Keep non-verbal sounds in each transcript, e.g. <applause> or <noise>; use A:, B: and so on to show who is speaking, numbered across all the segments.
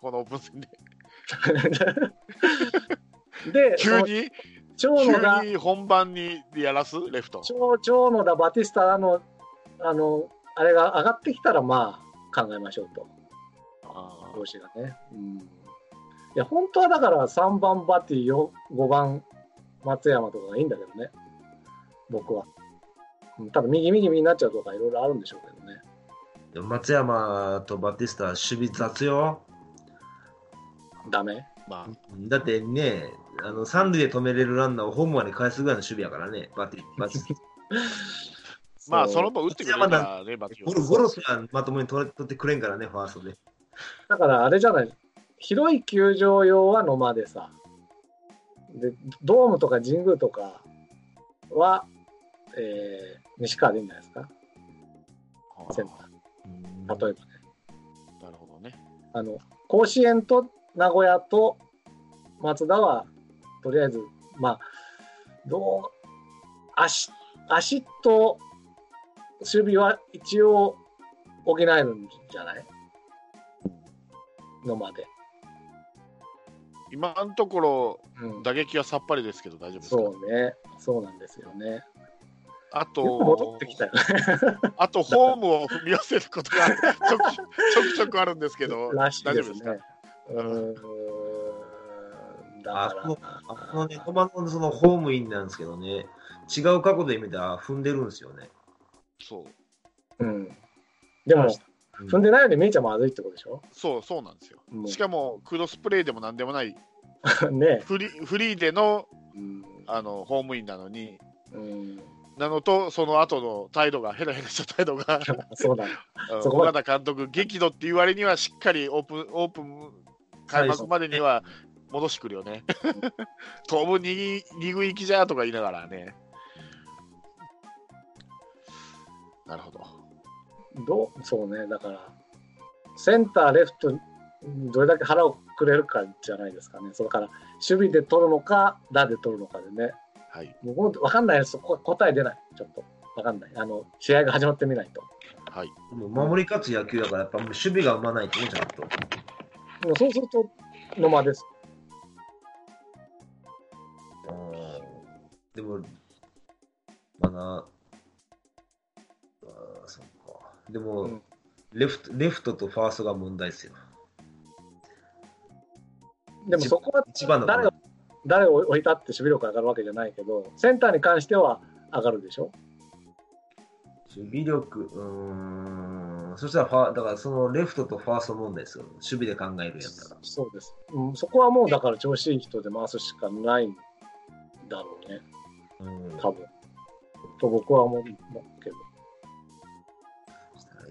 A: このオープン戦で。
B: <laughs> で、
A: <laughs> 急に、
B: 長野が
A: 急、に本番にやらすレフト。
B: 長長野だ、バティスタの、あの、あれが上がってきたら、まあ、考えましょうと、
A: あ
B: 投手がね。うん、いや、本当はだから、3番バティよ、5番松山とかがいいんだけどね、僕は。うんただ、右右右になっちゃうとか、いろいろあるんでしょうけどね。
C: でも松山とバティスタは守備雑よ。
B: ダメ
A: ーまあ、
C: だってね、あの三塁で止めれるランナーをホームまで返すぐらいの守備やからね、バティバティ
A: まあ、その分打ってくれるからね、バッティ
C: ゴロゴロスがまともに取れ取ってくれんからね、ファーストで。
B: だからあれじゃない、広い球場用は野間でさ、でドームとか神宮とかは、えー西川でいいんじゃないですか、センター、例えばね。
A: なるほどね。
B: あの甲子園と名古屋と松田は、とりあえず、まあ、どう、足足と守備は一応補えるんじゃない野間で。
A: 今のところ、
B: うん
A: 打撃はさっぱりですけど、大丈夫ですか
B: そうね、そうなんですよね。
A: あと、
B: よく戻ってきたよね。
A: あと、ホームを踏み寄せることがちょ
B: <laughs>
A: くちょくちょくあるんですけど、
B: らしい
A: 大丈
B: で
A: 夫です
B: す
A: か
B: ね。うーん。だか
C: あそう
B: ら、
C: あこのね、駒のそのホームインなんですけどね、違う角度で見たら踏んでるんですよね。
A: そう、
B: うん。でも、
C: うん
B: 踏んでないように見えちゃまずいってことでしょ
A: そう、そうなんですよ。
B: もう
A: しかも、クロスプレーでもなんでもない、
B: ね
A: フリフリーでの
B: うん。
A: あのホームインなのに、
B: うん。
A: なのと、その後の態度が、ヘラヘラした態度が、
B: そうだ。
A: うん
B: そこまで
A: 尾形監督、激怒っていう割には、しっかりオープン、オープン開幕までには戻してくるよ
B: <laughs>
A: ね。当分に二軍行きじゃーとか言いながらね。なるほど。
B: どうそうね、だから、センター、レフト、どれだけ腹をくれるかじゃないですかね。それから、守備で取るのか、打で取るのかでね。
A: はい。
B: もうほんとわかんないです。こ答え出ない。ちょっと。わかんない。あの、試合が始まってみないと。
A: はい。
C: でも守り勝つ野球だから、やっぱもう守備が生まないとね、ちゃんと。
B: もうそうすると、野間です。
C: でも、まあな、あーそっか。でも、
B: うん
C: レフト、レフトとファーストが問題ですよ。
B: でもそこは
C: 一番の
B: 誰を誰を置いたって守備力上がるわけじゃないけど、センターに関しては上がるでしょ。
C: 守備力、うーん、そしたらファー、だからそのレフトとファースト問題ですよ。守備で考えるんやったら。
B: そうです、うん。そこはもうだから調子いい人で回すしかないんだろうね、
C: うん、
B: 多分。と僕は思うけど。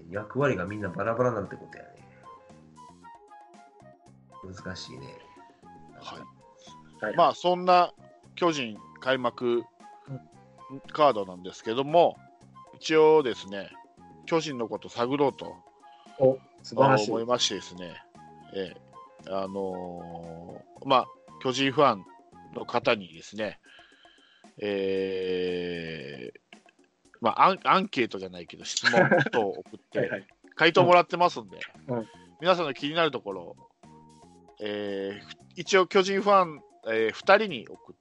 C: 役割がみんなバラバラなんてことやね。難しいね。
A: はい
B: はい、
A: まあそんな巨人開幕カードなんですけども、一応ですね、巨人のこと探ろうと
B: お素晴らしい。
A: 思いましてですね、ええあのーまあ、巨人ファンの方にですね、えーまあ、アンアンケートじゃないけど、質問等を送って、
B: <laughs> はいはい、
A: 回答もらってますんで、
B: うん
A: 皆さんの気になるところ、えーふ一応巨人ファン、え2人に送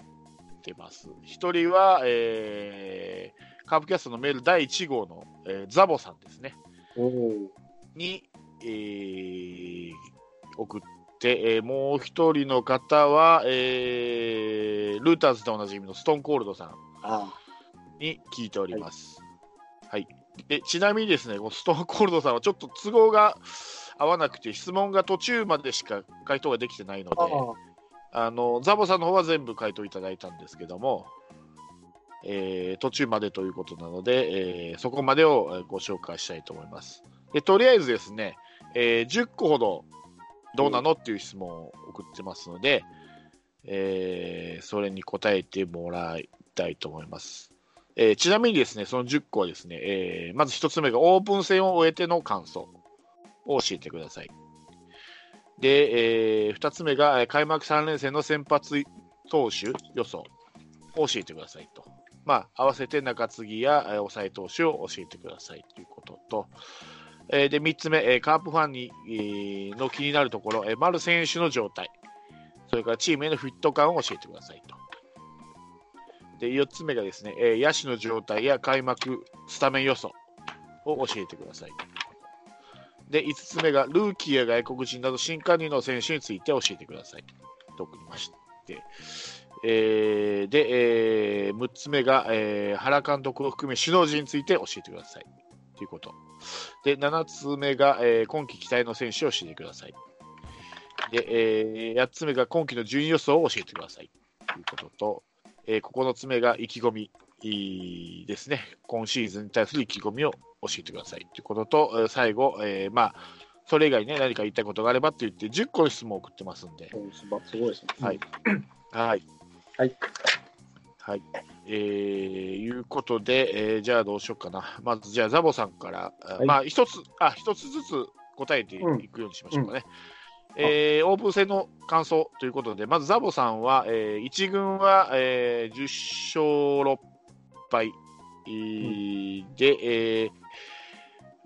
A: ってます。1人は、えーカープキャストのメール第1号の、えーザボさんですね、
B: おー
A: に、えー送って、えーもう1人の方は、えールーターズでおなじみのストーンコールドさん。
B: あ
A: に聞いております。はい、でちなみにですね、このストーンコールドさんはちょっと都合が合わなくて、質問が途中までしか回答ができてないので
B: あ、あ
A: あのザボさんの方は全部回答いただいたんですけども、えー途中までということなので、えーそこまでをえーご紹介したいと思います。でとりあえずですね、えー10個ほどどうなのっていう質問を送ってますので、えーそれに答えてもらいたいと思います。えーちなみにですね、その10個はですね、えーまず1つ目がオープン戦を終えての感想を教えてください。で、え2つ目がえー開幕3連戦の先発投手予想を教えてくださいと。まあ、合わせて中継ぎやえー抑え投手を教えてくださいということと、えーで3つ目、えーカープファンに、えーの気になるところ、えー丸選手の状態、それからチームへのフィット感を教えてくださいと。で4つ目がですね、えー野手の状態や開幕スタメン予想を教えてくださいと。で5つ目がルーキーや外国人など新加入の選手について教えてくださいと送りまして、えーで、えー6つ目が、えー原監督を含め首脳陣について教えてくださいということで7つ目が、えー今季期待の選手を教えてくださいで、え8つ目が今季の順位予想を教えてくださいということと、えー9つ目が意気込みいいですね今シーズンに対する意気込みを教えてくださいということと、えー最後、えーまあ、それ以外にね、何か言いたいことがあればって言って、10個の質問を送ってますんで、
B: うんすばすごいですね。
A: はいはい。
B: はい。
A: はい。えー、いうことで、えーじゃあどうしようかな。まず、じゃあ、ザボさんから、あ
B: はい
A: まあ、一つ、あ、一つずつ答えていくようにしましょうかね。えーオープン戦の感想ということで、まずザボさんは、えー、1軍は、えー10勝6敗えーで、えー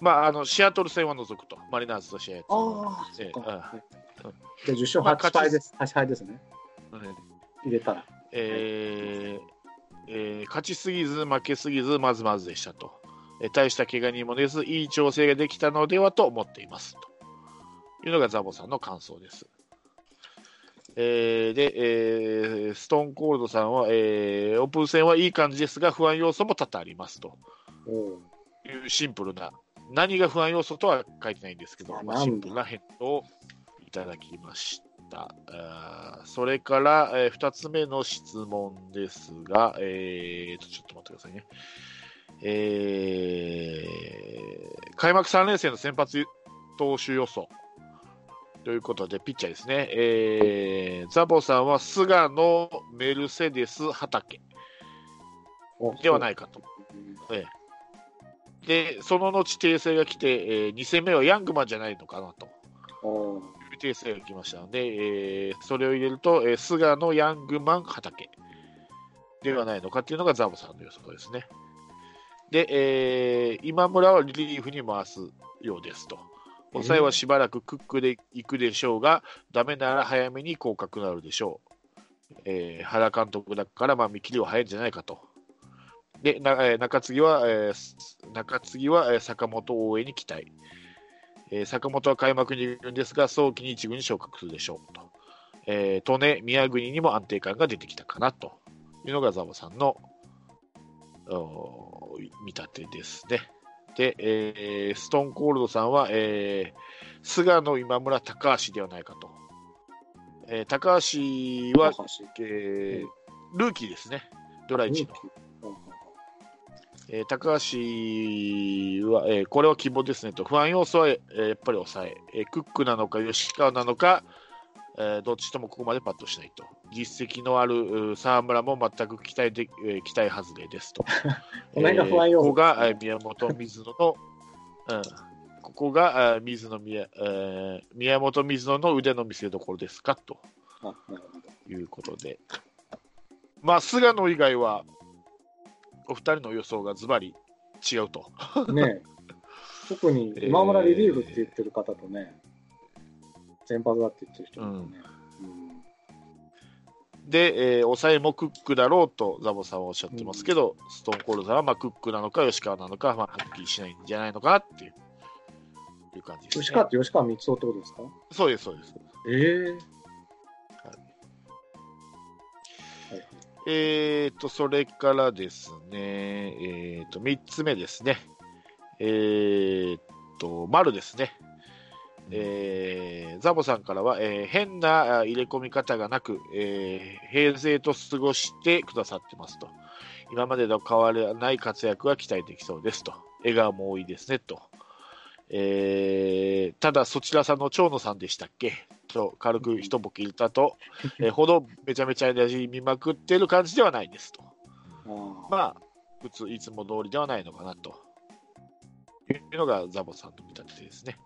A: まあ、あのシアトル戦は除くと、マリナーズと試合やって
B: ああ、そ
A: え
B: っ
A: え
B: か。
A: うん
B: はいじゃあ、10
A: まあ勝
B: 勝8
A: ち
B: 敗です。8敗ですね。入れたら。
A: えーえー勝ちすぎず負けすぎずまずまずでしたと、えー大した怪我にも出ずいい調整ができたのではと思っていますというのがザボさんの感想です、えーで、えーストーンコールドさんは、えーオープン戦はいい感じですが不安要素も多々ありますと
B: お
A: いうシンプルな何が不安要素とは書いてないんですけど、
B: あ
A: まあ、
B: なんだ
A: シンプルな返答をいただきましたあーそれから、え2つ目の質問ですが、えーとちょっと待ってくださいね、えー開幕3連戦の先発投手予想ということでピッチャーですね、えーザボさんは菅野、メルセデス、畑
B: お。
A: ではないいかと
B: うん
A: で、その後訂正が来て、え2戦目はヤングマンじゃないのかなと
B: おー
A: いう訂正が来ましたので、えーそれを入れると、えー菅野、ヤングマン、畑ではないのかっていうのがザボさんの予想ですね。で、えー今村はリリーフに回すようですと。抑えはしばらくクックで行くでしょうが、ダメなら早めに降格なるでしょう。えー原監督だから、まあ、見切りは早いんじゃないかと。で、なえー中継ぎは、えーす中継ぎはえー坂本応援に期待。えー坂本は開幕にいるんですが、早期に一軍に昇格するでしょうと。えー、利根、宮国にも安定感が出てきたかなというのがザボさんのおー見立てですね。で、えーストーンコールドさんは、えー菅野、今村、高橋ではないかと。えー高橋は、
B: 高橋
A: えールーキーですね、ドライチの。
B: うん
A: えー高橋は、えーこれは希望ですねと、不安要素は、えーやっぱり抑ええークックなのか吉川なのか、えーどっちともここまでパッとしないと、実績のあるうー沢村も全く期待で、えー期待外れです
B: <laughs>
A: と。
B: この辺が不安要素
A: えーここが、えー宮本水野の、 <laughs> うん、ここがあー水野宮、えー宮本水野の腕の見せ所ですかと
B: あなるほど
A: いうことで、まあ、菅野以外は、お二人の予想がズバリ違うと。
B: ねえ特に
A: <laughs>
B: 今村リリーフって言ってる方とね、先発だって言ってる人もね、
A: で、えー抑えもクックだろうとザボさんはおっしゃってますけど、ストーンコールドさんはまあクックなのか吉川なのか、まあ、はっきりしないんじゃないのかなっていういう感じです、ね。
B: 吉川って吉川光雄ってことですか
A: そうです、そうです。
B: ええ
A: えー、と、それからですね、えー、と、3つ目ですね。えー、と、丸ですね。えーザボさんからは、えー変なあ入れ込み方がなく、えー平然と過ごしてくださってますと。今までと変わらない活躍が期待できそうですと。笑顔も多いですねと。えーただ、そちらさんの長野さんでしたっけと軽く一ボケ入れたと、えーほどめちゃめちゃ馴染みまくってる感じではないですと。
B: ああ
A: まあ、普通、いつも通りではないのかなというのがザボさんの見立てですね。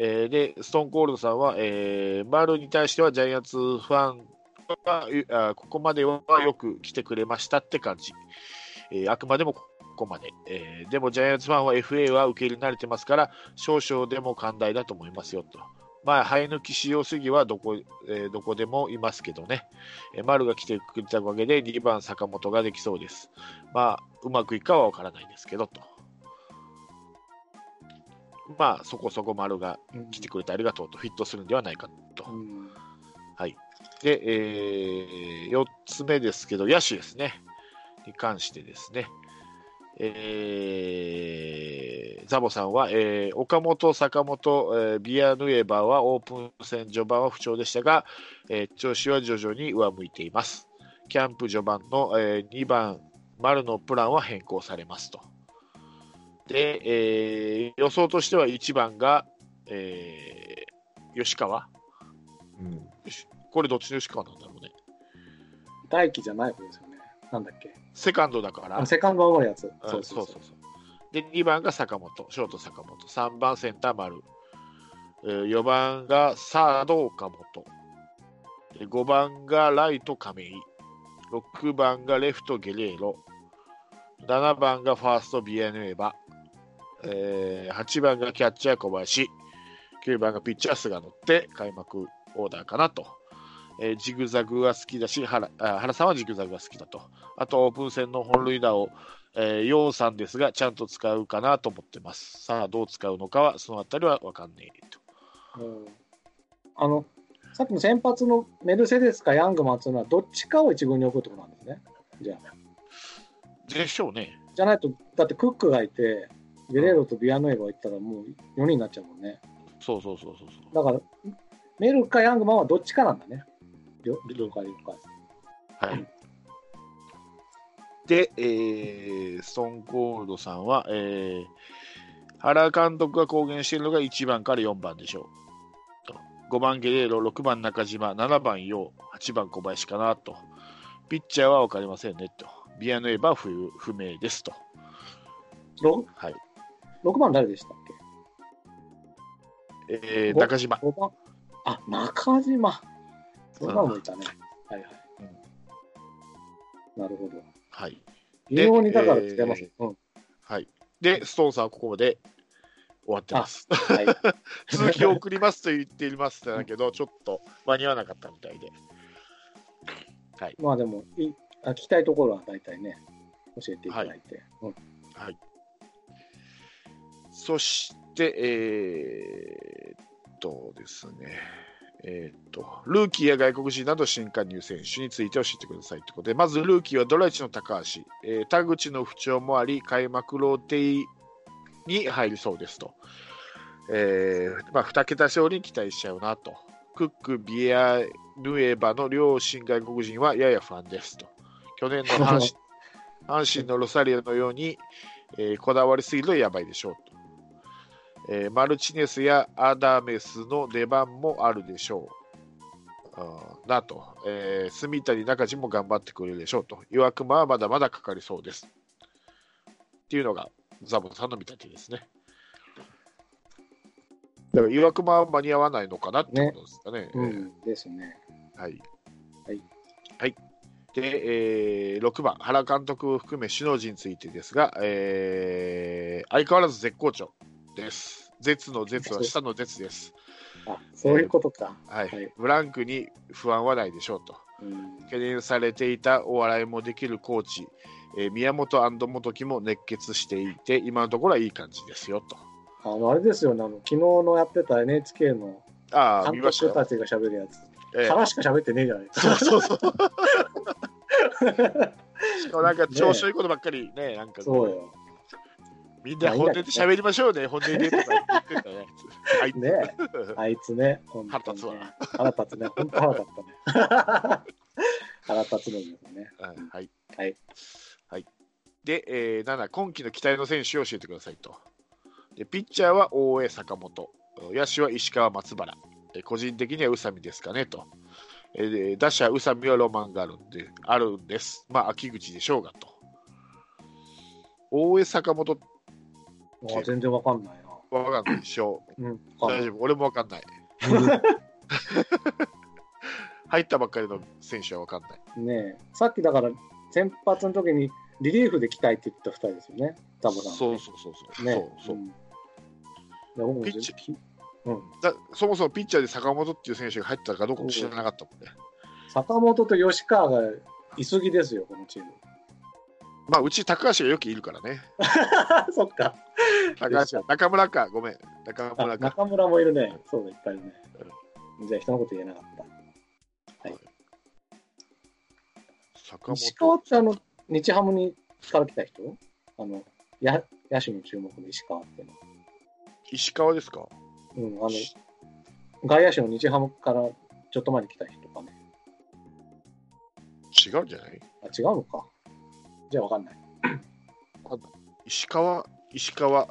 A: えーで、ストーンコールドさんは、えー、丸に対してはジャイアンツファンはあここまではよく来てくれましたって感じ、えーあくまでもこまで、えーでもジャイアンツファンは FA は受け入れ慣れてますから、少々でも寛大だと思いますよと。まあ、生え抜き使用主義はどこ,、えーどこでもいますけどね、えー丸が来てくれたおかげで2番、坂本ができそうです。まあ、うまくいくかは分からないですけどと。まあ、そこそこ丸が
B: うん
A: 来てくれてありがとうと、フィットするんではないかと。
B: うん
A: で、え4つ目ですけど、野手ですね、に関してですね、えーザボさんは、えー岡本、坂本、えービアヌエバーはオープン戦序盤は不調でしたが、えー調子は徐々に上向いています。キャンプ序盤の、え2番、丸のプランは変更されますと。で、えー予想としては1番が、えー吉川。
C: うん
A: これどっちの吉川なんだろうね。
B: 大輝じゃない方ですよね。なんだっけ。
A: セカンドだから。
B: あ、セカンド守るやつ。
A: うんそうそうそう。で、2番が坂本、ショート坂本、3番センター丸、4番がサード岡本、で5番がライト亀井、6番がレフトゲレーロ、7番がファーストビエヌエバ、えー8番がキャッチャー小林、9番がピッチャー菅野って開幕オーダーかなと。えージグザグは好きだし原あ原さんはジグザグが好きだとあとオープン戦の本塁打をえー、ヨウさんですが、ちゃんと使うかなと思ってます。さあ、どう使うのかは、そのあたりは分かんねえと。
B: うんあの、さっきの先発のメルセデスかヤングマンっていうのは、どっちかを一軍に置くってことなんですね。じゃあ。
A: でしょうね。
B: じゃないと、だってクックがいて、ゲレーロとビアノエバ行ったらもう4人になっちゃうもんね。
A: そうそうそうそうそう。
B: だから、メルかヤングマンはどっちかなんだね。了了解了解。
A: はい。で、えーストーンコールドさんは、えー原監督が公言しているのが1番から4番でしょう。と5番ゲレーロ、6番中島、7番陽、8番小林かなと。ピッチャーは分かりませんねと。ビアヌエバは不不明ですと。
B: ろ
A: はい。
B: 6番誰でしたっけ
A: えー
B: ご
A: 中島。
B: 五番。あ、中島。そんなのもいたね。はいはい。なるほど。
A: はい。
B: 微妙にだから使えます。うん。
A: はい。で、ストーンさんはここまで終わってます。
B: はい。 <laughs>
A: 続きを送りますと言っていますだけど、ちょっと間に合わなかったみたいで。
B: まあでもいあ、聞きたいところは大体ね、教えていただいて。うん
A: そして、えーっとですね、えーっと、ルーキーや外国人など新加入選手について教えてくださいということで、まずルーキーはドライチの高橋、えー田口の不調もあり、開幕ローテイに入りそうですと。えーまあ、2桁勝利に期待しちゃうなと。クック、ビアヌエバの両親外国人はやや不安ですと。去年の阪神阪神のロサリオのように、えーこだわりすぎるとやばいでしょうと。えーマルチネスやアダメスの出番もあるでしょう。あーなと、えー、住谷中地も頑張ってくれるでしょうと、岩隈はまだまだかかりそうです。っていうのがザボさんの見立てですね。だから岩隈は間に合わないのかなってことですかね。
B: うん、ですね。
A: はい。
B: はい。
A: はい。で、えー6番、原監督を含め首脳陣についてですが、えー相変わらず絶好調です。絶の絶は下の絶です。
B: あ、そういうことか。
A: はい。
B: はい
A: ブランクに不安はないでしょうと。
B: うん。
A: 懸念されていたお笑いもできるコーチ、えー宮本元木も熱血していて、今のところはいい感じですよと。
B: あの、あれですよね、あの、昨日のやってた NHK の
A: ああ、見
B: 監
A: ました
B: 督
A: よ。
B: たちが喋るやつ。
A: ええ
B: 腹しか喋ってねえじゃない
A: <laughs>
B: です
A: そう
B: か。
A: そうそう。しかもなんか調子のいいことばっかりね、なんかこ
B: そうよ。
A: みんな本音で喋りましょうね、本音でとか言ってたね。はい、
B: <laughs> ね
A: <laughs>
B: えあいつね、本当
A: 腹
B: に
A: 立つわ
B: ね。腹立つね、本当腹立っ
A: <laughs>
B: たね。腹立つのですね。
A: うんはい。
B: はい。
A: はい。で、えー、7、今季の期待の選手を教えてくださいと。で、ピッチャーは大江、坂本、野手は石川、松原、え個人的には宇佐美ですかねと。えーで打者、宇佐美はロマンがあるんであるんです。まあ、秋口でしょうがと。大江、坂本、
B: もう全然わかんないな。
A: わかんないでしょう。
B: うん。
A: 大丈夫、俺もわか
B: <laughs>
A: んない。入ったばっかりの選手はわかんない。
B: ねえさっきだから先発の時にリリーフで来たいって言った2人ですよね、ザボさんはね。
A: そうそうそうそう。
B: ね
A: そうそう
B: うんいや僕も
A: ピッチ
B: きうん、
A: だそもそもピッチャーで坂本っていう選手が入ってたかどうかも知らなかったもんね。
B: 坂本と吉川がいすぎですよ、このチーム。 <laughs>
A: まあ、うち高橋がよくいるからね。
B: そっか。
A: 高橋中村か、ごめん。中
B: あ
A: 村か。
B: 中村もいるね。そうだ、いっぱいいるね。じゃあ、人のこと言えなかっ
A: 坂
B: た。石川
A: 本
B: って、あの、日ハムにから来た人あの、や野手に注目の石川っての。
A: 石川ですか
B: うん、あの、外野手の日ハムからちょっと前に来た人かね。
A: 違うんじゃない
B: あ、違うのか。じゃあ、わかんない。
A: 石川、石川、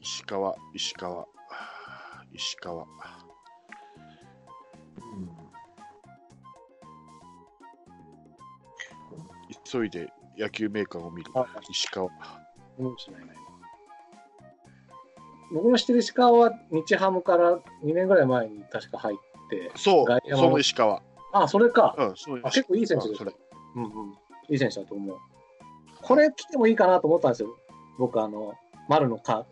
A: 石川、石川、石川。急いで野球メーカーを見る。
B: あ
A: 石川。
B: うん知らないな僕の知ってる石川は日ハムから2年ぐらい前に確か入って、
A: そう
B: 外、野も
A: その石川。
B: あ、それか。
A: うん、そう
B: あ結構いい選手です
A: それ
B: ね。うんうん、いい選手だと思う。これ来てもいいかなと思ったんですよ。僕、あの、丸のか、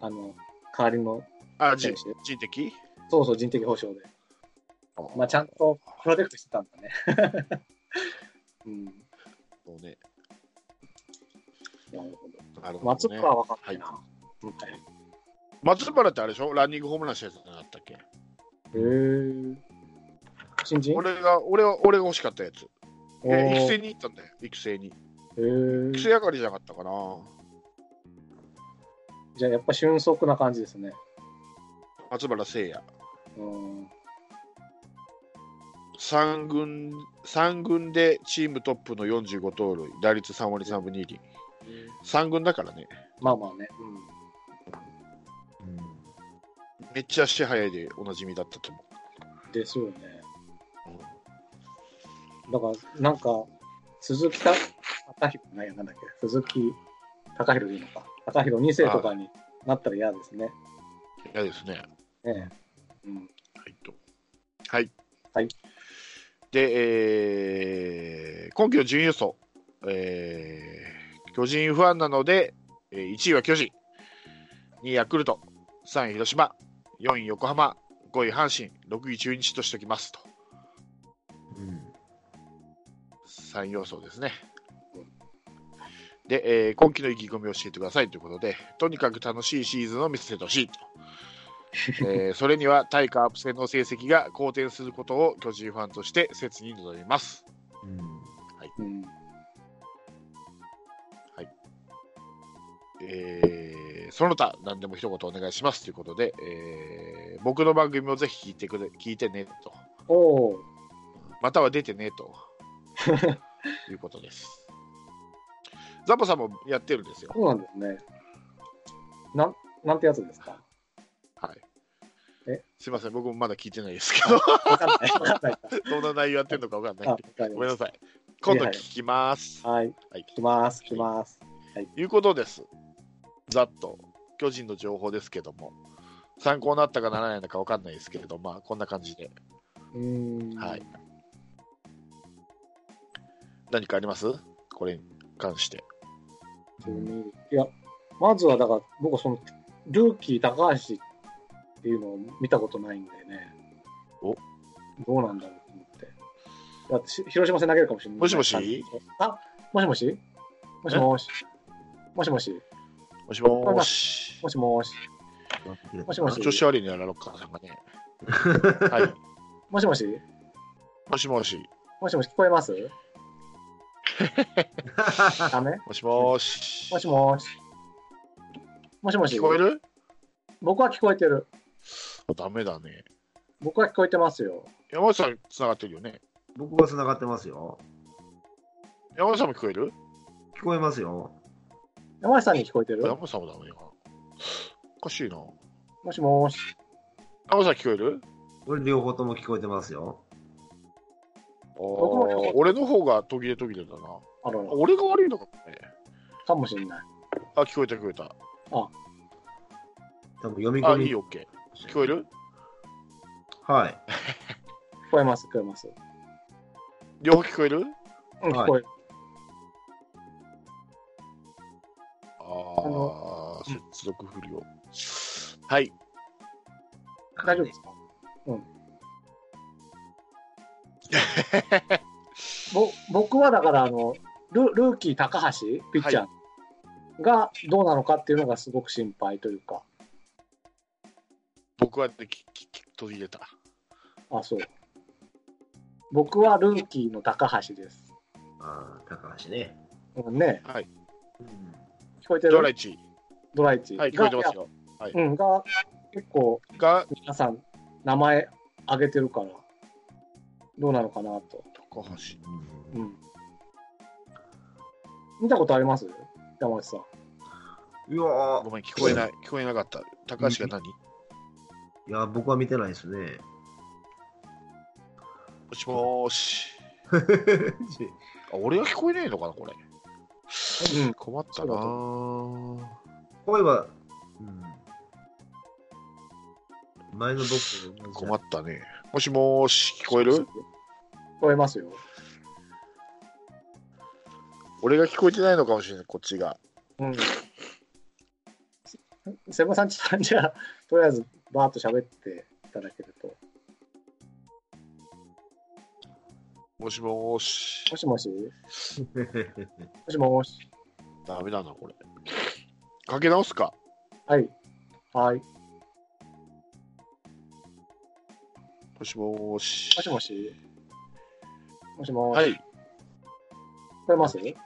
B: あの、代わりの
A: あ、
B: 選
A: 人
B: 手で。
A: 人的
B: そうそう、人的保障で。まあ、ちゃん
A: と。
B: とプロテクトしてたんだね。 <laughs> うん。
A: そうね。
B: なるほど。
A: なるほ
B: 松
A: どね
B: 川は分かったな。うんはい
A: 松原ってあれでしょランニングホームランしたやつじゃなかったっけ
B: へー新人
A: 俺が、俺は、俺が欲しかったやつ。
B: お
A: え育
B: ー
A: 成に行ったんだよ。育成に。
B: へ
A: 育
B: ー
A: 成上がりじゃなかったかな。
B: じゃあ、やっぱ俊足な感じですね。
A: 松原聖也。
B: うん。
A: 三軍、三軍でチームトップの45盗塁。打率3割3分2厘。三軍だからね。
B: まあまあね。うん
A: めっちゃ足早いでおなじみだったと思
B: ですよね。だから、なんか、鈴木た高弘、なんやなんだっけ、鈴木高弘でいいのか、高弘2世とかになったら嫌ですね。
A: う。嫌ですね。
B: ねえうん、
A: はいと。はい。
B: はい
A: で、えー今季の準優勝、えー巨人ファンなので、えー1位は巨人、2位ヤクルト、3位広島、4位横浜、5位阪神、6位中日としておきますと。3要素ですね。で、えー今季の意気込みを教えてくださいということで、とにかく楽しいシーズンを見せてほしいと。えーそれには対価アップ戦の成績が好転することを巨人ファンとして切に望みます。
B: うん、
A: えーその他何でも一言お願いしますということで、えー僕の番組もぜひ聞いてくれ聞いてねと、
B: おお、
A: または出てねということです。ザボさんもやってるんですよ。
B: そうなんですね。なんなんてやつですか
A: はい
B: え。
A: すいません、僕もまだ聞いてないですけど、
B: わかんない、わかん <laughs> ないか。
A: <laughs> どんな内容やってるのか分かん
B: あ
A: な
B: わ
A: い。
B: かり
A: ごめん
B: ま
A: な
B: し
A: さい。今度聞きます。
B: た。はい、
A: はい。
B: 来ます、来ます。
A: いうことです。ざっと、巨人の情報ですけども、参考になったかならないのか分かんないですけれど、まあ、こんな感じで。
B: うーん、
A: はい。何かありますこれに関して。
B: うんいや、まずはだから、僕はその、ルーキー高橋っていうのを見たことないんでね。
A: お
B: どうなんだろうと思って。だってし、広島戦投げるかもしれない。
A: もしもし
B: あ、もしもしもしもし。もしもし。
A: もしもーし
B: も。しもし。もしもし。
A: 調子悪いのやらろっか、なんかね。
B: <laughs>
A: はい。
B: もしもし。
A: もしもし。
B: もしもし、聞こ
A: <laughs>
B: えますダメ
A: もしもーし。
B: もしもし。もしもし。
A: 聞こえる
B: 僕は聞こえてる。
A: ダメだね。
B: 僕は聞こえてますよ。
A: 山内さん、つながってるよね。
C: 僕は繋がってますよ。
A: 山内さんも聞こえる
C: 聞こえますよ。
B: 山内さんに聞こえてる
A: 山内さんもダメよ。おかしいな。
B: もしもし。
A: 山内さん聞こえる
C: 俺両方とも聞こえてますよ。
B: も聞こえてる
A: 俺の方が途切れ途切れだな。
B: あらら。
A: 俺が悪いのかね。
B: かもしれない。
A: あ、聞こえた聞こえた。
C: 多分読み
A: あ、
C: 込み。
A: いい、オッケー。聞こえる
C: はい。
B: 聞こえます、聞こえます。
A: 両方聞こえる
B: うん、
C: は
B: 聞
C: い
B: こえる。
A: 接続不良。はい。
B: 大丈夫ですか
A: <laughs>
B: ぼ僕はだからあのルルーキー高橋ピッチャーがどうなのかっていうのがすごく心配というか、
A: 僕はね、ききき途切れた。
B: あそう僕はルーキーの高橋です。
C: あー高橋ね。
B: うんね
A: はい。
C: うん
B: 聞こえてる
A: ドライチ。
B: ドライチ
A: はい、聞こえてますよ。
B: がいやうん、が結構
A: が、
B: 皆さん名前挙げてるからどうなのかなと、
A: 高橋。
C: うん
B: うん、見たことあります山内さん
C: いやー
A: ごめん、聞こえない。聞こえなかった。高橋が何
C: いやー、僕は見てないで
A: <laughs>
C: すね。
A: もしもーし。あ、俺は聞こえないのかな、これ。
B: うん
A: 困ったなー
C: 声は、うん、前の僕
A: 困ったね。もしもーし、聞こえる
B: 聞こえますよ
A: 俺が聞こえてないのかもしれない、こっちが。
B: うん。セブンさんちょっとじゃあ、とりあえずバーッと喋っていただけると。
A: もしもーし
B: も。しもし、
C: た。
B: もしもし。
A: ダメだな、これ。かけ直すか。
B: はい。はい。
A: もしもーし。
B: もしもし。もしもし。
A: はい。
B: 聞こえますはい。
C: <laughs>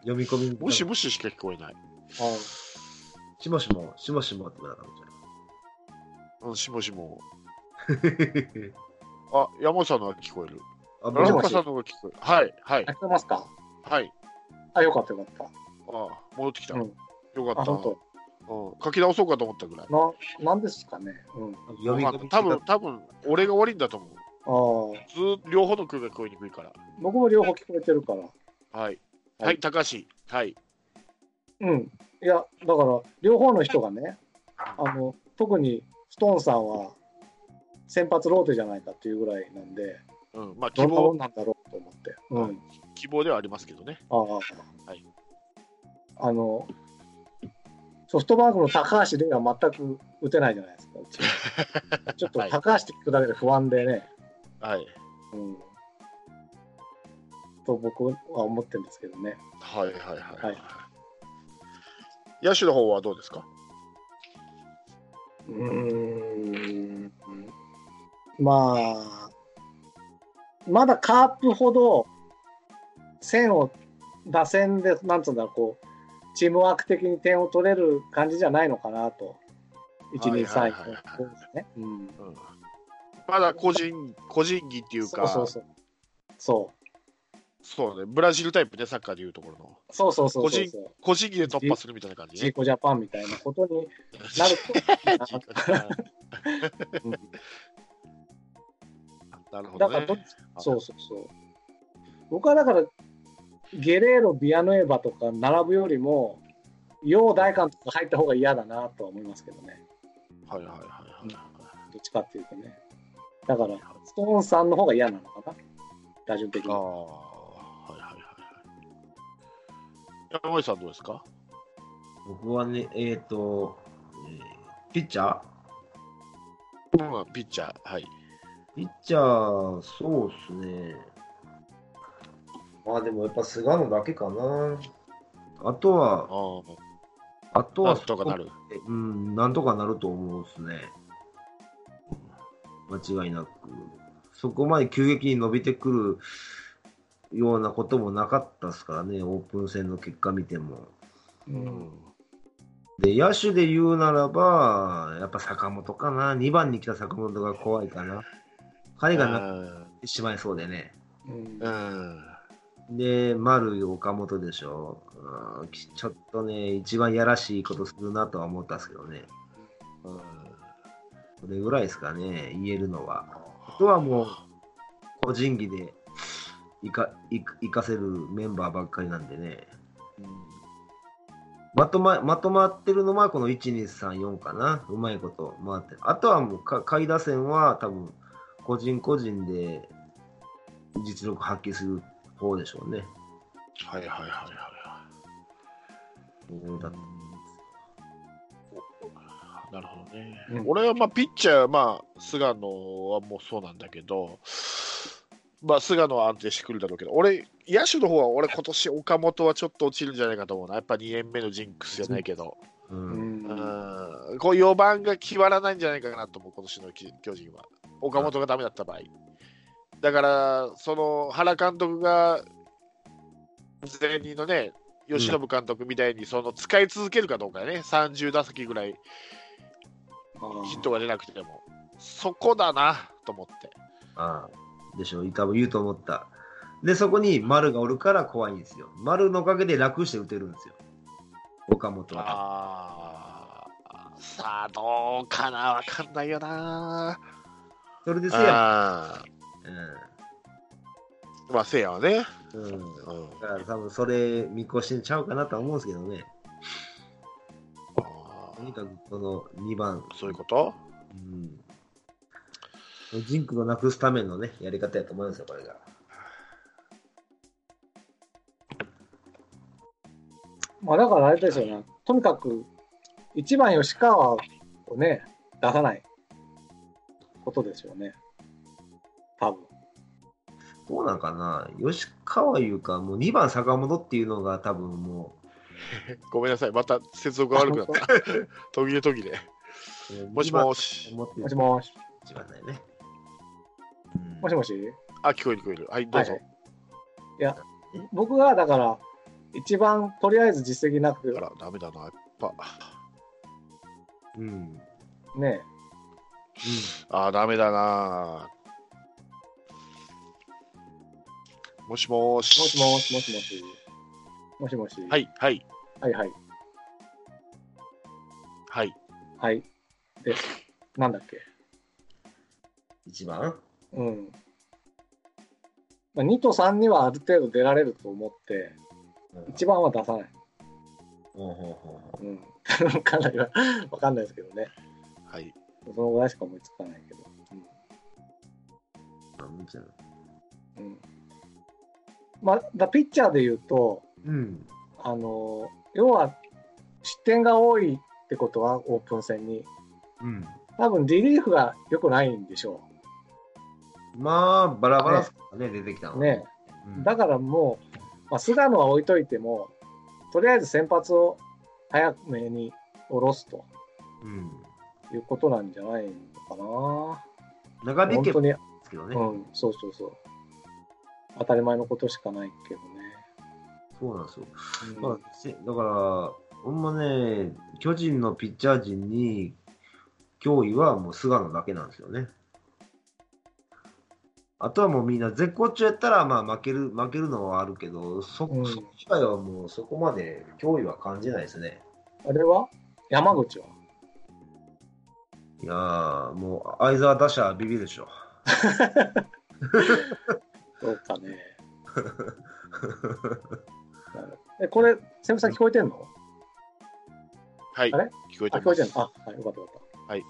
C: 読み込み。
A: もしもししか聞こえない。
C: しもしも、しもしもってなか
A: うん、しもしも。
C: ったじゃん。
A: あ、山本さんのが聞こえる。
C: あ、
A: 村
C: も
A: 岡さんのが聞こえる。はい、はい
B: あ、、聞こえますか
A: はい。
B: あ、よかったよかっ
A: あ戻ってきた。
B: うん
A: よか
B: た。あ、
A: った。
B: 本
A: うん、書き直そうかと思ったぐらい。
B: 当。な、なんですかね。うん。
C: 読み
A: わ
C: 込
A: かん
C: み。
A: ない多分、多分、俺が悪いんだと思う。
B: ああ、
A: ずー両方の声が聞こえにくいから。
B: 僕も両方聞こえてるから。
A: はい。
B: い
A: はい、高橋。はい。
B: うん。いや、だから、両方の人がね、あの、特にストーンさんは先発ローテじゃないかっていうぐらいなんで、
A: うん、まあ、希
B: どんなもん
A: 望、
B: なんだろうと思って。うん。
A: 希望ではありますけどね。
B: ああ、
A: はい
B: あの、ソフトバンクの高橋では全く打てないじゃないですか、う
A: <laughs>
B: ちちょっと
A: はい
B: 高橋って聞くだけで不安でね、
A: はい。
B: うん。と僕は思ってるんですけどね。
A: はい、はい、は。
B: はい
A: 野手の方はどうですか
B: うーん。まあ、まだカープほど線を打線で、なんつうんだろう、こう、チームワーク的に点を取れる感じじゃないのかなと。1、2、
A: はい
B: 3、
A: はいはい
B: 4、ね。うん。
A: うん。まだ個人、個人技っていう
B: そう
A: か、
B: そうそう。そう
A: そうね、ブラジルタイプね、サッカーでいうところの。
B: そうそうそうそうそう。
A: 個人技で突破するみたいな感じ
B: ジー
A: ね。
B: コジャパンみたいなことになるとうん、
A: なるほ
B: だ
A: ど
B: から
A: ね
B: ど。っちそうそうそう。僕はだから、ゲレーロ、ビアヌエバとか並ぶよりも、ヨウ大監督が入った方が嫌だなとは思いますけどね、
A: はいはいはいは
B: どっちかっていうとね。だから、ストーンさんの方が嫌なのかな、打順的
A: い。
B: に。
A: ああ、
B: あ
A: はいはいはいはい。山森さんどうですか
C: 僕はね、えっ、ー、と、えーピッチャー
A: うん、ピッチャー、はい。
C: ピッチャー、そうっすね。まあでもやっぱ菅野だけかな。あと
A: あ
C: は、
A: あ、
C: あと
A: な
C: は
A: んとかなる。
C: うん、なんとかなると思うっすね。間違いなく。そこまで急激に伸びてくるようなこともなかったっすからね、オープン戦の結果見ても。
A: う
B: うん、
A: ん
C: で、野手で言うならば、やっぱ坂本かな。2番に来た坂本が怖いかな。彼がなってしまいそうでね。
B: うん
A: う、ん。
C: で、丸、岡本でしょ。うんきちょっとね、一番やらしいことするなとは思ったんですけどね。
A: うん。
C: それぐらいですかね、言えるのは。あとはもう、個人技でいかいかいかせるメンバーばっかりなんでね。まとままとまってるのはこの1、2、3、4かな。うまいこと回ってる。あとはもうか、下位打線は多分、個人個人で実力発揮する方でしょうね。
A: はいはいはいはいはい。
C: うんだって
A: なるほどね。
B: うん
A: 俺はまあピッチャー、まあ、菅野はもうそうなんだけど、まあ、菅野は安定してくるだろうけど、俺、野手の方は俺、今年岡本はちょっと落ちるんじゃないかと思うな、やっぱ2年目のジンクスじゃないけど、
C: う
B: うん
A: うんん、こう4番が決まらないんじゃないかなと思う、今年の巨巨人は。岡本がダメだった場合。だから、その原監督が前任のね、吉信監督みたいにその使い続けるかどうかね、30打席ぐらいヒットが出なくても、そこだなと思って。
C: ああでしょ多分言うと思ったでそこに丸がおるから怖いんですよ丸のおかげで楽して打てるんですよ岡本は
A: あーさあ、どうかな、わかんないよな。
C: それでせや
A: あーまあ、せいやはね。
C: うん、うん、
A: うん
C: だから多分それ見越してんちゃうかなとは思うんですけどね
A: あ
C: と
A: ー
C: にかくこの2番
A: そういうこと
C: うん、ジンクをなくすためのね、やり方やと思いますよ、これが。
B: まあだからあれですよね、とにかく1番吉川をね、出さないことですよね、多分
C: どうなんかな、吉川いうか、もう2番坂本っていうのが多分も
A: ごめんなさい、また接続が悪くなった。 <laughs> 途切れ途切れ。
C: う、えー
A: もし
C: 二番
A: もし。
C: 持って
B: もしもし、
C: 一番だよね。うん
B: もしもし、
A: あ、聞こえる聞こえる。はい、ど
B: は
A: う
B: い
A: ぞ。。
B: いや、僕がだから、一番とりあえず実績なく
A: あら、ダメだな、やっぱ。
C: うんうん
B: ね、
A: あー、ダメだな。もしもし。
B: もしもし、もしもし、もしもし、
A: はい、はい、
B: はいはい、
A: はい。
B: はい。で、なんだっけ、
C: 一番
B: うん。まあ、2と3にはある程度出られると思って、一番は出さない。
C: ほうほうほうほ
B: うん。 <laughs> かなりはわかんないですけどね。
A: はい。
B: そのぐらいしか思いつかないけど。
C: うあもうじゃない
B: うん。うん、まあ、だピッチャーで言うと、
C: うん。
B: あの、要は失点が多いってことは、オープン戦に。
C: うん。
B: 多分リリーフが良くないんでしょ
C: まあ、バラバラっすからね、出てきたの
B: う。
C: は
B: ね。。
C: うん
B: だからもう、まあ、菅野は置いといても、とりあえず先発を早めに下ろすと
C: うん。
B: いうことなんじゃないのか
C: 中
B: な。
C: でい
B: 本
C: け
B: 当
C: ば
B: に
C: ですけどね。
B: うん、そうそうそう。当たり前のことしかないけどね。
C: そうなんですよ。
B: うん
C: まあ、せだから、ほんまね、巨人のピッチャー陣に脅威はもう菅野だけなんですよね。あとはもうみんな絶好調やったら、まあ負ける、負けるのはあるけど、そ、
B: うん
C: そっちかはもうそこまで脅威は感じないですね。
B: あれは山口はい
C: やー、もう相沢打者はビビるでしょ。
B: どうか
C: <laughs>
B: ね。え、これ、セブさん聞こえてんの
A: はい。
B: あれ
A: 聞こえて
B: あ、聞こ
A: ま
B: えてん
A: す
B: の。あ、はい、よかったよかった。
A: はい。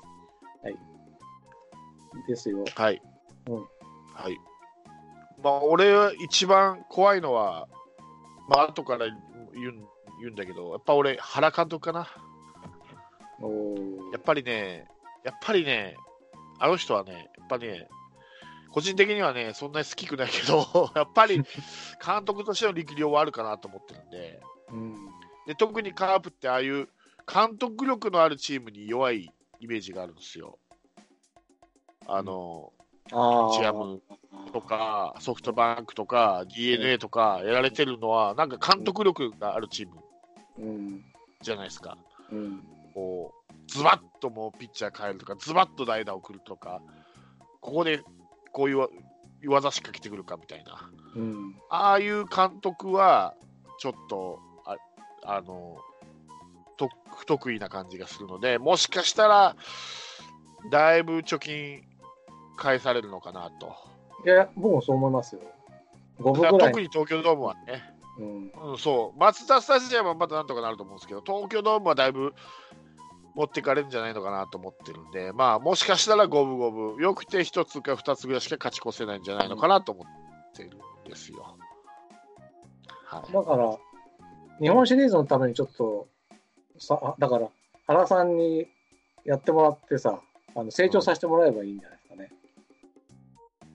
B: はい。ですよ。
A: はい。
B: うん
A: はい。まあ、俺は一番怖いのは、まあ後から言うん言うんだけど、やっぱ俺、原監督かな。
B: おー
A: やっぱりね、やっぱりね、あの人はね、やっぱね、個人的にはね、そんなに好きくないけど、 <laughs> やっぱり監督としての力量はあるかなと思ってるんで、
B: うん。
A: で特にカープってああいう監督力のあるチームに弱いイメージがあるんですよ。あの、
B: あ
A: 日ハ
B: あ。
A: ムとか、ソフトバンクとか、d n a とかやられてるのは、なんか監督力があるチーム
B: うん。
A: じゃないですか。
B: うん。
A: こう、ズバッともうピッチャー変えるとか、ズバッと代打送るとか、ここでこういう技技仕掛けてくるかみたいな。
B: うん。
A: ああいう監督は、ちょっと、ああの、と不得意な感じがするので、もしかしたら、だいぶ貯金返されるのかなと。
B: いや、僕もそう思いますよ。五
A: だ
B: 分
A: から
B: ぐらい
A: 特。に東京ドームはね、
B: うん。
A: うん、そう、マツダスタジアムはまたなんとかなると思うんですけど、東京ドームはだいぶ持ってかれるんじゃないのかなと思ってるんで、まあ、もしかしたら五分五分、よくて1つか2つぐらいしか勝ち越せないんじゃないのかなと思ってるんですよ。はい、
B: だから、日本シリーズのためにちょっとさあだから原さんにやってもらってさあの成長させてもらえばいいんじゃないですかね。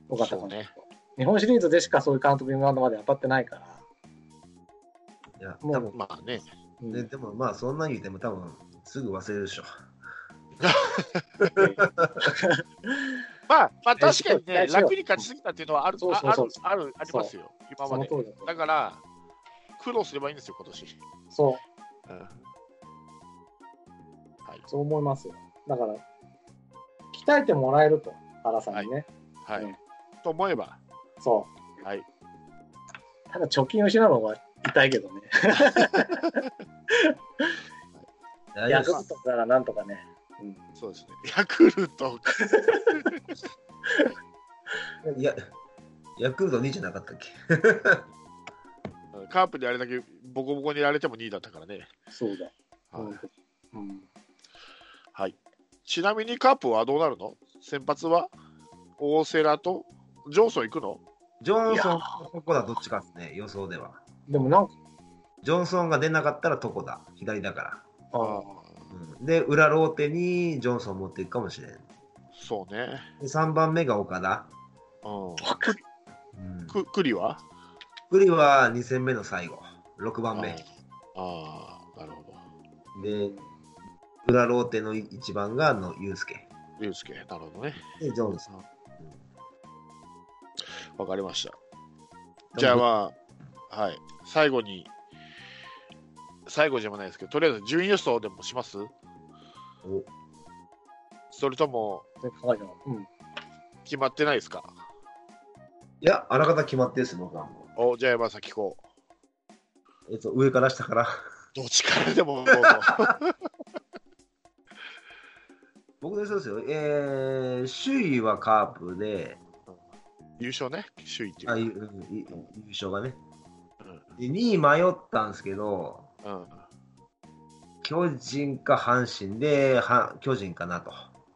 B: 尾形監督
A: そうね
B: 日本シリーズでしかそういう監督に今まで当たってないから。
C: いや、
B: もう
C: 多分
A: まあね、
B: うん
C: ででもまあ、そんなん言っても多分すぐ忘れるでしょ。
A: まあ、まあ、確かに
B: 大
A: ね、
B: 丈夫
A: 楽に勝ちすぎたっていうのはある、
B: そう
A: あ
B: そうそう
A: ある、ある、ありますよ、今
B: そ
A: ま
B: の
A: で
B: 通。りだと
A: だから、苦労すればいいんですよ、今年。
B: そう
A: うんはい、
B: そう思いますよ。だから鍛えてもらえると原さんにね。
A: はい、
B: うん
A: と思えば、
B: そう
A: はい、
B: ただ貯金を失うのは痛いけどね。
C: 大
B: ヤ
C: 丈
B: ク
C: 夫
B: ルトからなんとかね。うん
A: そうですね。ヤクルト、
C: いや、ヤクルト2じゃなかったっけ
A: カープにあれだけボコボコにやられても2位だったからね。
B: そうだ。
A: はい
B: うん
A: はい、ちなみにカープはどうなるの先発は大瀬良とジョンソン行くの
C: ジョンソ
B: い
C: ンとトコだどっちかですね、予想では。
B: でもなんか、
C: ジョンソンが出なかったらトコだ、左だから。
B: あ
C: うんで、裏ローテにジョンソン持っていくかもしれん。で、
A: そうね。
C: 3番目が岡田。
A: う
B: あく
C: うん
A: ん、く栗は
C: 栗は2戦目の最後、6番目。
A: ああ、なるほど。
C: で、裏ローテの1番がのユースケ。
A: ゆうすけ、なるほどね。
C: で、ジョンソン。
A: わかりました。じゃあまあ、はい、最後に、最後じゃないですけど、とりあえず順位予想でもします
C: お
A: それとも
B: 全然考えてなかったうん。
A: 決まってないですか
C: いや、あらかた決まってるです、僕はも
A: おじゃあ山崎こう。
C: う。えっと、上から下から。
A: どっちからで
C: <laughs>
A: もどうぞ
C: 僕のそうですよ。えー、首位はカープで、
A: 優勝ね、首位っていうか
C: あいうんい優勝がね。
A: うん
C: で2位迷ったんですけど、
A: うん
C: 巨人か阪神で、は巨人かなと。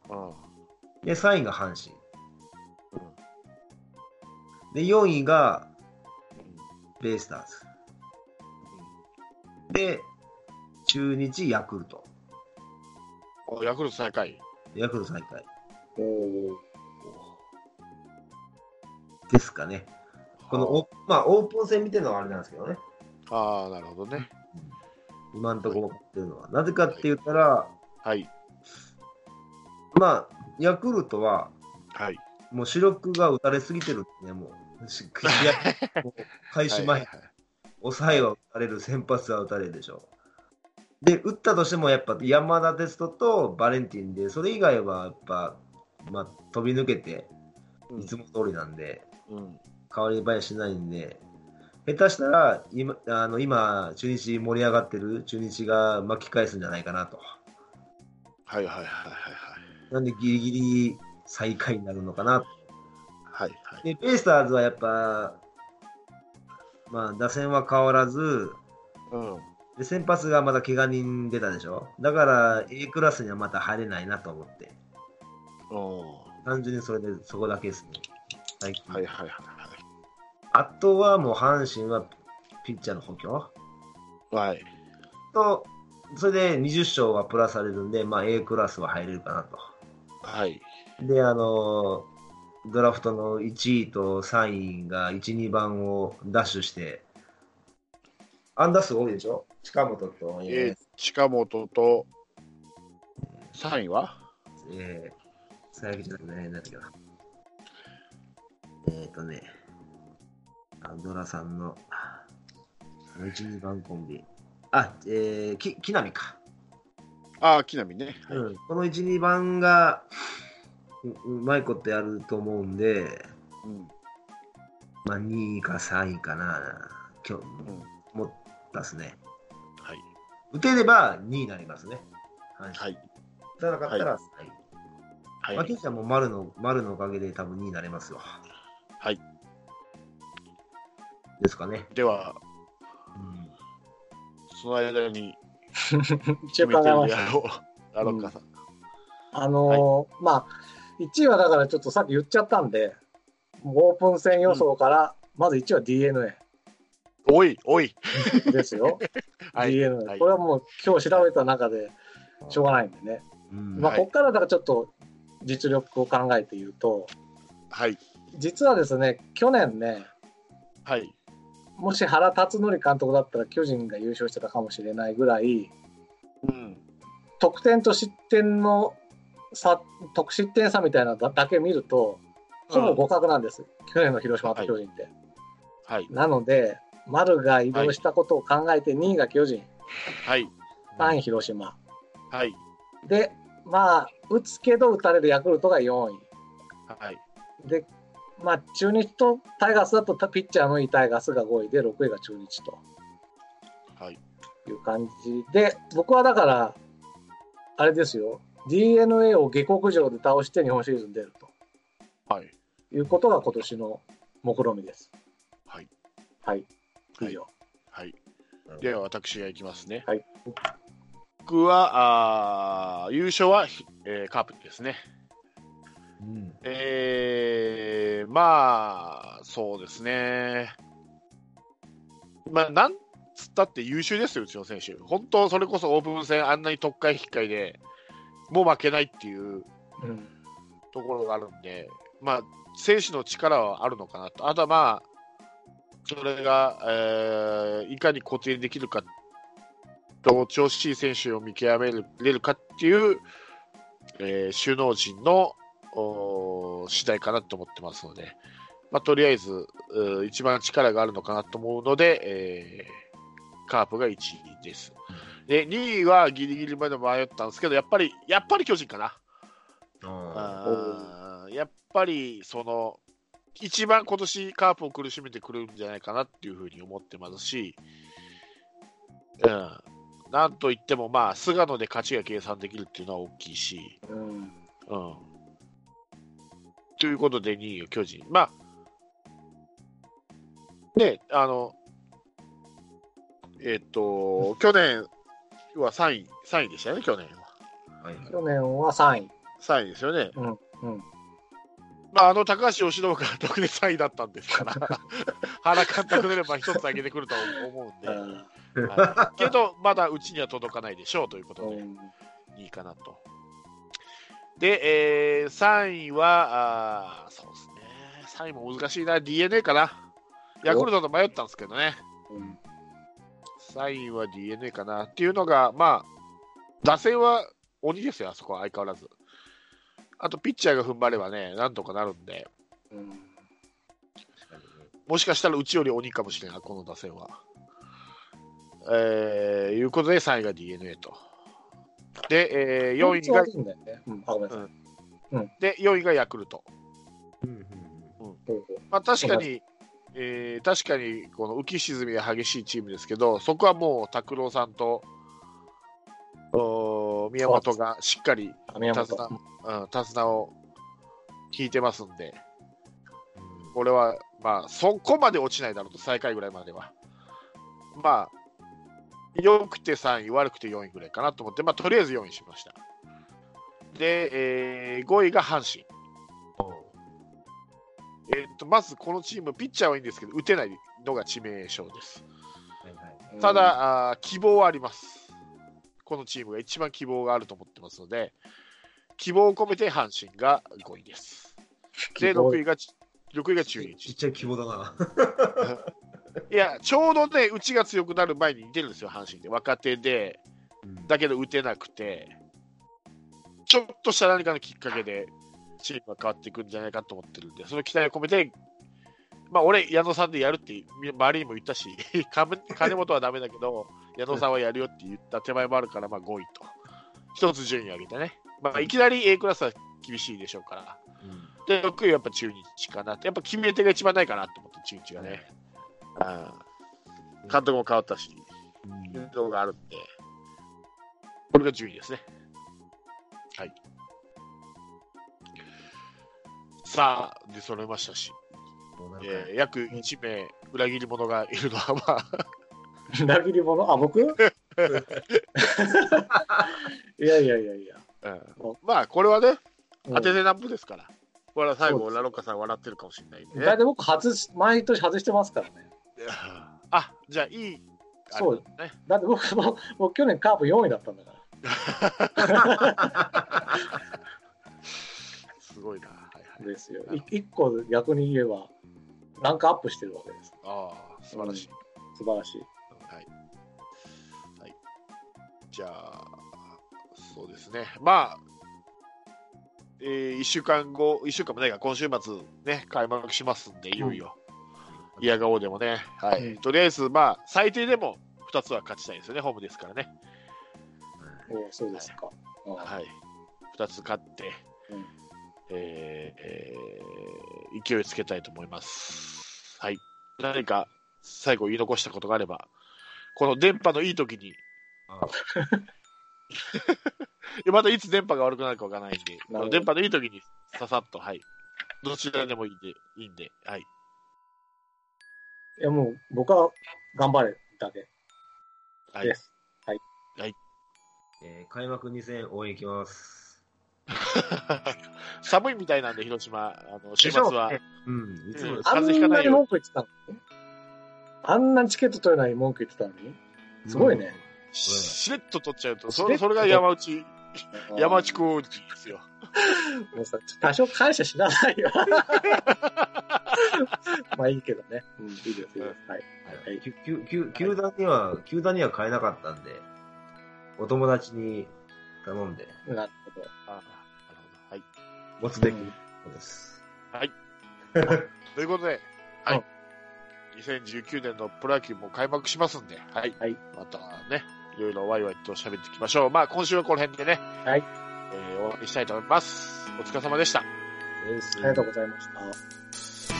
A: うん
C: で、3位が阪神。で、4位がベイスターズ。で、中日、ヤクルト。
A: おヤクルト最下位。
C: ヤクルト最下位。
B: おー
C: ですかね。このお、まあ、オープン戦見てるのはあれなんですけどね。
A: ああ、なるほどね。
C: 今のところ分かってるのは。なぜかって言ったら、
A: はい。
C: まあ、ヤクルトは、
A: はい。
C: もう主力が打たれすぎてるんですね、もう。し試合もう開始
A: <laughs> はい
C: 前、抑えは打たれる、先発は打たれるでしょう。で、打ったとしても、やっぱ山田哲人とバレンティンで、それ以外はやっぱ、まあ、飛び抜けて、
A: うん
C: いつも通りなんで、
A: うん
C: 変わり映えしないんで、下手したら今、あの今中日盛り上がってる中日が巻き返すんじゃないかなと。
A: はいはいはいはい
C: なんで、ギリギリ最下位になるのかなと
A: はい。はいはい。
C: で、ベイスターズはやっぱ、まあ、打線は変わらず、
A: うん。
C: で先発がまだ怪我人出たでしょ。だから、A クラスにはまた入れないなと思って、
A: お
C: 単純にそれで、そこだけですね。最近
A: はいはいはい
C: あとはもう阪神はピッチャーの補強
A: はい。はい。
C: と、それで20勝はプラスされるんで、まあ、A クラスは入れるかなと。
A: はい。
C: で、あのドラフトの1位と3位が1、2番をダッシュして、アンダー数多いでしょ近本と、
A: え
C: え
A: ー、近本と3位は
C: ーえー、佐伯じゃなくて、何だったっけな。えっ、ー、とね、あドラさんの、あの1、2番コンビ。あ、えー、き木浪か。
A: ああ、木浪ね。
C: うんこの1、2番がううまいことやると思うんで、
A: うん。
C: まあ、2位か3位かな、今日
A: うん
C: 思ったっすね。
A: はい。
C: 打てれば2位になりますね。はい、
A: はい。
C: 打たなかったら3位。
A: はい。
C: まあ、ピッチャーも丸の丸のおかげで多分2位になれますよ。
A: はい。
C: ですかね。
A: では、
C: うん
A: その間に決
B: 一応
A: めて
B: 考
A: るで
B: えました。
A: あろう。あろうかさん。
B: あのーまあ、1位はだからちょっとさっき言っちゃったんで、もうオープン戦予想から、まず1位は d n a
A: おい、おい。
B: ですよ、
A: はい。
B: DNA
A: はい
B: これはもう今日調べた中でしょうがないんでね、
C: うん
B: まあ、
A: はい
B: ここからだからちょっと実力を考えて言うと、
A: はい。
B: 実はですね、去年ね、
A: はい。
B: もし原辰徳監督だったら巨人が優勝してたかもしれないぐらい、
A: うん。
B: 得点と失点の差、得失点差みたいなのだだけ見ると、ほぼ互角なんです、去年の広島と巨人って。
A: はい。
B: なので、丸が移動したことを考えて、2位が巨人、
A: はい。
B: 3位広島。
A: はい。
B: で、まあ、打つけど打たれるヤクルトが4位。
A: はい。
B: で、まあ、中日とタイガースだと、ピッチャーのいいタイガースが5位で、6位が中日と
A: はい。
B: いう感じで、僕はだから、あれですよ、d n a を下克上で倒して日本シリーズに出ると
A: はい。
B: いうことが今年の目論見みです。
A: はい。
B: はい、以上。
A: はい。
C: うん
A: では、私がいきますね。
B: はい。
A: 僕は、あー優勝は、ひえーカープですね。
C: うん
A: えー、まあ、そうですね。まあ、なんつったって優秀ですよ、うちの選手。本当、それこそオープン戦、あんなに特会引っかいで、もう負けないっていう
B: うん
A: ところがあるんで、まあ、選手の力はあるのかなと、あとはまあ、それが、えーいかに固定できるか、と調子いい選手を見極めれるかっていう、えー首脳陣のおー次第かなと思ってますので、まあ、とりあえず、うー一番力があるのかなと思うので、えーカープが1位です。で、2位はギリギリまで迷ったんですけど、やっぱり、やっぱり巨人かな。
C: あ
A: あーやっぱりその一番今年カープを苦しめてくるんじゃないかなっていうふうに思ってますし、うん、なんといってもまあ菅野で勝ちが計算できるっていうのは大きいし、
B: うん
A: うん、ということで2位を巨人まあねあのえっと去年は3位3位でしたよね去年は
C: ーはいはい
B: 去年は3位。
A: 3位ですよね
B: うんうん
A: まあ、あの高橋由伸 <laughs> 監督で3位だったんですから、 <laughs> 原監督でれば一つ上げてくるとは思うんで、
B: うん
A: はいけど、まだうちには届かないでしょうということ
B: う
A: で、
B: ん
A: いいかなと。で、えー3位は、あーそうですね、3位も難しいな、d n a かな。ヤクルトと迷ったんですけどね、
B: うん
A: 3位は d n a かなっていうのが、まあ、打線は鬼ですよ、あそこは相変わらず。あと、ピッチャーが踏ん張ればね、なんとかなるんで。
B: うん
A: もしかしたらうちより鬼かもしれない、この打線は。えー、いうことで3位が d n a と。で、えー4位が
B: 本当はいいんだよねうんあごめんなさい
A: で4位がヤクルト。
C: うんうん
B: ほうほ
A: まあ、確かに、えー確かにこの浮き沈みが激しいチームですけど、そこはもう拓郎さんとおー宮本がしっかり
B: う網山
A: 手綱,、うん、手綱を引いてますんで、これは、まあ、そこまで落ちないだろうと、最下位ぐらいまでは。まあ、良くて3位、悪くて4位ぐらいかなと思って、まあ、とりあえず4位にしました。で、え5位が阪神。えーっとまずこのチーム、ピッチャーはいいんですけど、打てないのが致命傷です。
C: はいはい
A: た、だ、あー希望はあります。このチームが一番希望があると思ってますので、希望を込めて阪神が5位です。で、6位が6位が中日
C: ち。っちゃい希望だな。
A: いや、ちょうどね、うちが強くなる前に出るんですよ、阪神で。若手で、だけど打てなくて、ちょっとした何かのきっかけで、チームが変わっていくんじゃないかと思ってるんで、その期待を込めて、まあ、俺、矢野さんでやるって、周りにも言ったし、 <laughs> かぶ金本はダメだけど、矢野さんはやるよって言った手前もあるから、まあ、5位と。一つ順位を上げてね。まあ、いきなり A クラスは厳しいでしょうから。で、6位はやっぱ中日かなって。やっぱ決め手が一番ないかなと思って、中日がね。うん監督も変わったし、運動があるんで、これが10位ですね。はい。さあ、出揃えましたし、えー約1名裏切り者がいるのは、まあ、
B: 裏切り者
A: <laughs>
B: あ、僕いやいやいやいや。
A: うんまあ、これはね、
B: うん
A: 当ててなんぼですから、これは最
B: そう
A: 後、
B: です
A: ラロッカさん笑ってるかもしれないんで
B: 大
A: ね。
B: 体僕外し、毎年外してますからね。
A: ああじゃあいい、あれ
B: そう
A: だね。
B: だって僕も、僕去年カープ4位だったんだから。
A: すごいな。はいはい、
B: ですよ。1個逆に言えば、ランクアップしてるわけです。
A: ああ、素晴らしい。
B: 素晴らしい。
A: はい。はい。じゃあ、そうですね。まあ、え1週間後、1週間もないが、今週末、ね、開幕しますんで、いよいよ、いやがおうでもね、はい
B: うん
A: とりあえず、まあ、最低でも2つは勝ちたいですよね、ホームですからね。
B: おーそうですか。うん
A: はい、2つ勝って、
B: うん
A: えーえー勢いつけたいと思います。はい、何か最後言い残したことがあれば、この電波のいい時に、
C: あ
A: またいつ電波が悪くなるかわからないんで、こ
B: なるほど
A: の電波のいい時にささっと、はい、どちらでもいいんで、いいんで、はい、
B: いや、もう僕は頑張れだけ
A: はい
B: で、す。
C: えー開幕2戦応援行きます。
A: <laughs> 寒いみたいなんで、広島、あの週末は
C: でしょうね。うん、いつも
A: うん
B: あん
A: 風邪ひかな
B: ない
A: ように
B: に文句言ってたのあんなにチケット取れない文句言ってたのにすごいね。
A: しれっと取っちゃうと、
B: し
A: そ
B: れっと
A: それが山内、山内クオリティですよ。
B: もうさ、多少感謝しなさ <laughs> いよ。まあいいけどね。うん、いいです、いいです。はい。
C: はいきゅきゅきゅ球団には、球団には買えなかったんで、お友達に頼んで、
B: なるほど。
A: あなるほど。はい。
C: 持つべきことです。
A: ということで、は
B: う
A: い。2019年のプロ野球も開幕しますんで、はい。
B: はい
A: またね、いろいろワイワイと喋っていきましょう。まあ、今週はこの辺でね、
B: はい。
A: えー、終わりしたいと思います。お疲れ様でした。
B: ありがとうございました。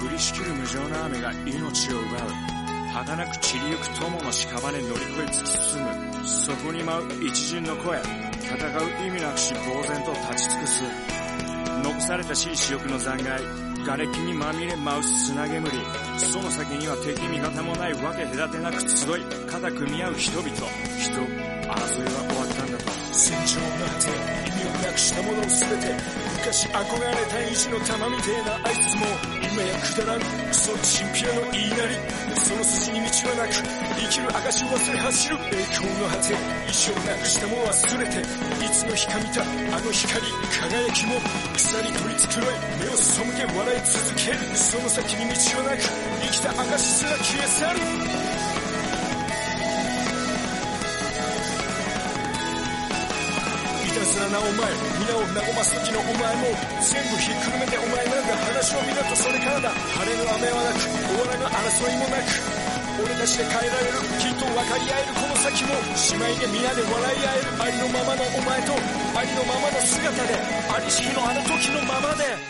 D: 降りしきる無情な雨が命を奪う儚く散りゆく友の屍乗り越え突き進むそこに舞う一陣の声戦う意味なくし呆然と立ち尽くす残されたしい死翼の残骸瓦礫にまみれ舞う砂煙その先には敵味方もないわけ隔てなく集い肩組み合う人々人争いは終わったんだと戦場の果て意味をなくしたもの全て昔憧れた意地の玉みてえなあいつも今やくだらんクソチンピラの言いなりその筋に道はなく生きる証を忘れ走る栄光の果て意地をなくしたも忘れていつの日か見たあの光輝きも鎖取り繕い目を背け笑い続けるその先に道はなく生きた証すら消え去るいたずらなお前皆を和ます時のお前も全部ひっくるめてお前なんだ話を見ろとそれからだ晴れの雨はなく終わらぬ争いもなく俺たちで変えられるきっと分かり合えるこの先も姉妹で皆で笑い合えるありのままのお前とありのままの姿でありし日のあの時のままで